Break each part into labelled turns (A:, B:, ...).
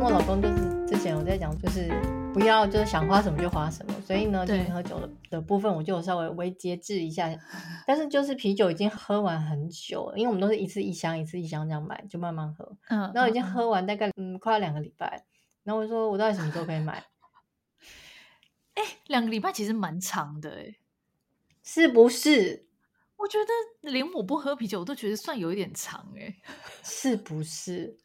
A: 我老公就是之前我在讲，就是不要就是想花什么就花什么，所以呢，
B: 对
A: 就是喝酒的的部分我就有稍微微节制一下，但是就是啤酒已经喝完很久了，因为我们都是一次一箱一次一箱这样买，就慢慢喝，
B: 嗯，
A: 然后已
B: 嗯
A: 经
B: 嗯
A: 喝完大概嗯快要两个礼拜，然后我就说我到底什么时候可以买？
B: 两个礼拜其实蛮长的哎，
A: 是不是？
B: 我觉得连我不喝啤酒，我都觉得算有一点长哎。
A: 是不是？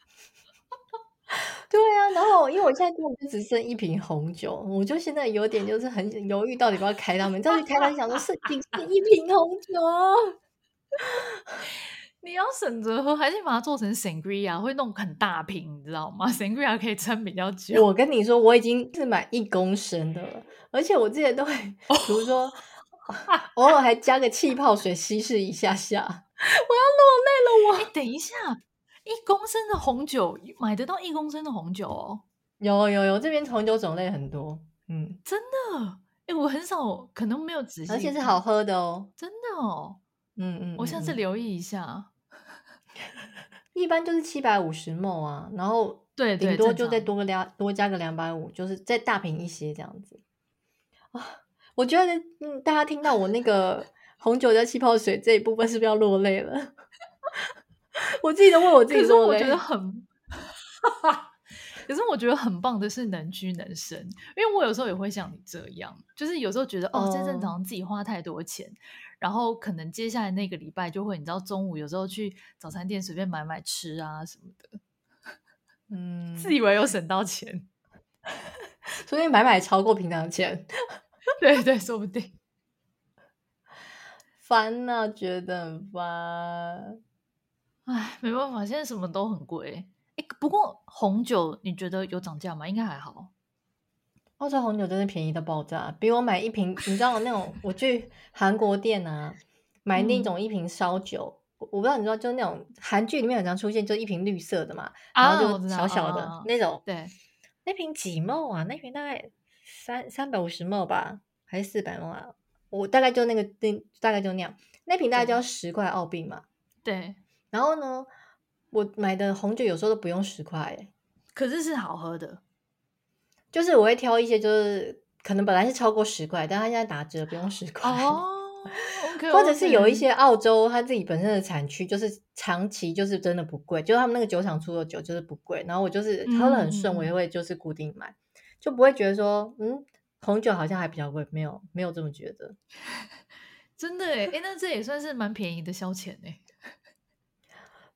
A: 对啊，然后因为我现在根本就只剩一瓶红酒，我就现在有点就是很犹豫，到底要不要开他们。到底开他们想说是仅剩一瓶红酒，啊
B: 你要省着喝，还是把它做成 sangria，会弄很大瓶，你知道吗？sangria 可以撑比较久。
A: 我跟你说，我已经是买一公升的了，而且我之前都会，
B: 哦
A: 比如说啊偶尔还加个气泡水稀释一下下。
B: 哎、等一下，一公升的红酒买得到一公升的红酒哦，
A: 有有有，这边红酒种类很多，嗯，
B: 真的？哎、我很少，可能没有仔细，
A: 而且是好，喝的哦，
B: 真的哦。
A: 嗯嗯，
B: 我下次
A: 嗯
B: 留意一下。
A: 一般就是七百五十 ml 啊，然后
B: 对对，
A: 顶多
B: 正
A: 就再
B: 常
A: 多个两多加个两百五，就是再大瓶一些这样子啊。我觉得，嗯，大家听到我那 个红酒加气泡水这一部分，是不是要落泪了？ 我自己都为我自己
B: 可是
A: 落
B: 我
A: 泪
B: 觉。得很，可是我觉得很棒的是能屈能伸，因为我有时候也会像你这样，就是有时候觉得哦，这阵子
A: 哦
B: 好像自己花太多钱，然后可能接下来那个礼拜就会，你知道中午有时候去早餐店随便买买吃啊什么的，
A: 嗯，
B: 自以为有省到钱，
A: 所以买买超过平常的钱，
B: 对对，说不定。
A: 烦呐、觉得很烦。
B: 唉，没办法，现在什么都很贵。哎，不过红酒你觉得有涨价吗？应该还好。
A: 澳洲红酒真的便宜到爆炸，比我买一瓶，你知道那种我去韩国店啊，买那
B: 嗯
A: 种一瓶烧酒，我我不知道你知道，就是那种韩剧里面很常出现，就是一瓶绿色的嘛，然
B: 啊，
A: 后
B: 我
A: 就
B: 知道，
A: 小小
B: 啊啊
A: 的
B: 啊
A: 那种，
B: 对，
A: 那瓶几毛啊？那瓶大概三三百五十毛吧，还是四百毛啊？我大概就那个那大概就那样，那瓶大概就要十块澳币嘛。
B: 对，
A: 然后呢，我买的红酒有时候都不用十块、欸，
B: 可是是好喝 的。
A: 就是我会挑一些就是可能本来是超过十块，但它现在打折不用十块。
B: 哦 ，OK，
A: 或者是有一
B: OK
A: 些澳洲它自己本身的产区，就是长期就是真的不贵，就是他们那个酒厂出的酒就是不贵。然后我就是喝的很顺，我也
B: 嗯
A: 会就是固定买，就不会觉得说，嗯，红酒好像还比较贵，没有没有这么觉得。
B: 真的哎，哎，那这也算是蛮便宜的消遣哎。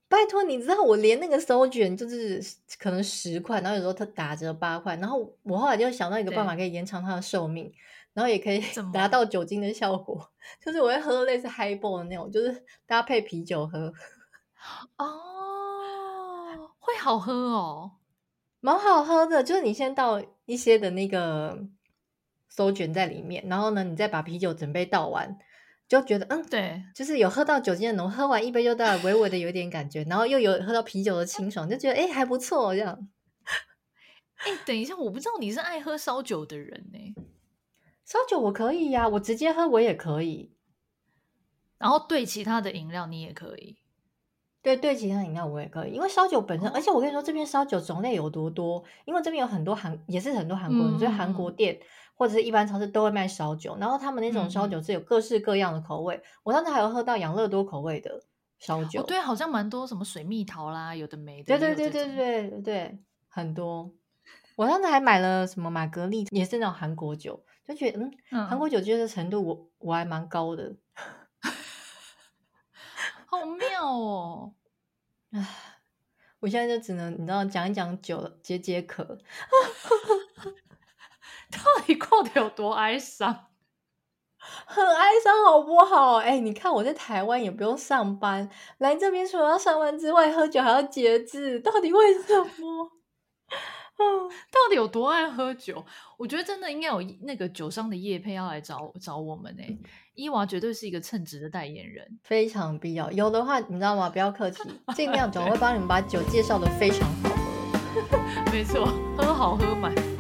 A: 拜托，你知道我连那个手卷就是可能十块，然后有时候它打折八块，然后我后来就想到一个办法可以延长它的寿命，然后也可以
B: 怎么
A: 达到酒精的效果，就是我会喝类似 highball 的那种，就是搭配啤酒喝。
B: 哦， 会好喝哦。
A: 蛮好喝的，就是你先倒一些的那个手卷在里面，然后呢，你再把啤酒准备倒完，就觉得嗯，
B: 对，
A: 就是有喝到酒精的浓，喝完一杯就带微微的有点感觉，然后又有喝到啤酒的清爽，就觉得哎、诶还不错这样。
B: 哎，等一下，我不知道你是爱喝烧酒的人呢。
A: 烧酒我可以呀、我直接喝我也可以，
B: 然后对其他的饮料你也可以。哦
A: 对对，其他饮料我也可以，因为烧酒本身，而
B: 哦
A: 且我跟你说，这边烧酒种类有多多，因为这边有很多韩，也是很多韩国人，所以
B: 嗯嗯
A: 韩国
B: 嗯
A: 店或者是一般超市都会卖烧酒，然后他们那种烧
B: 嗯
A: 酒是有各式各样的口味，我上次还有喝到养乐多口味的烧酒，
B: 哦，对，好像蛮多什么水蜜桃啦，有的没的，
A: 对
B: 也
A: 对对
B: 有这
A: 对
B: 种。
A: 对对对，很多。我上次还买了什么玛格丽，也是那种韩国酒，就觉得嗯，韩国
B: 嗯，
A: 酒接受程度我我还蛮高的，
B: 好妙哦。
A: 我现在就只能你知道讲一讲酒了解解渴。
B: 到底过得有多哀伤？
A: 很哀伤，好不好？哎、你看我在台湾也不用上班，来这边除了要上班之外，喝酒还要节制，到底为什么？
B: 到底有多爱喝酒？我觉得真的应该有那个酒商的业配要来找找我们呢、伊娃绝对是一个称职的代言人。
A: 非常必要，有的话你知道吗？不要客气，尽量总
B: 对
A: 会帮你们把酒介绍的非常好喝。
B: 没错，喝好喝满。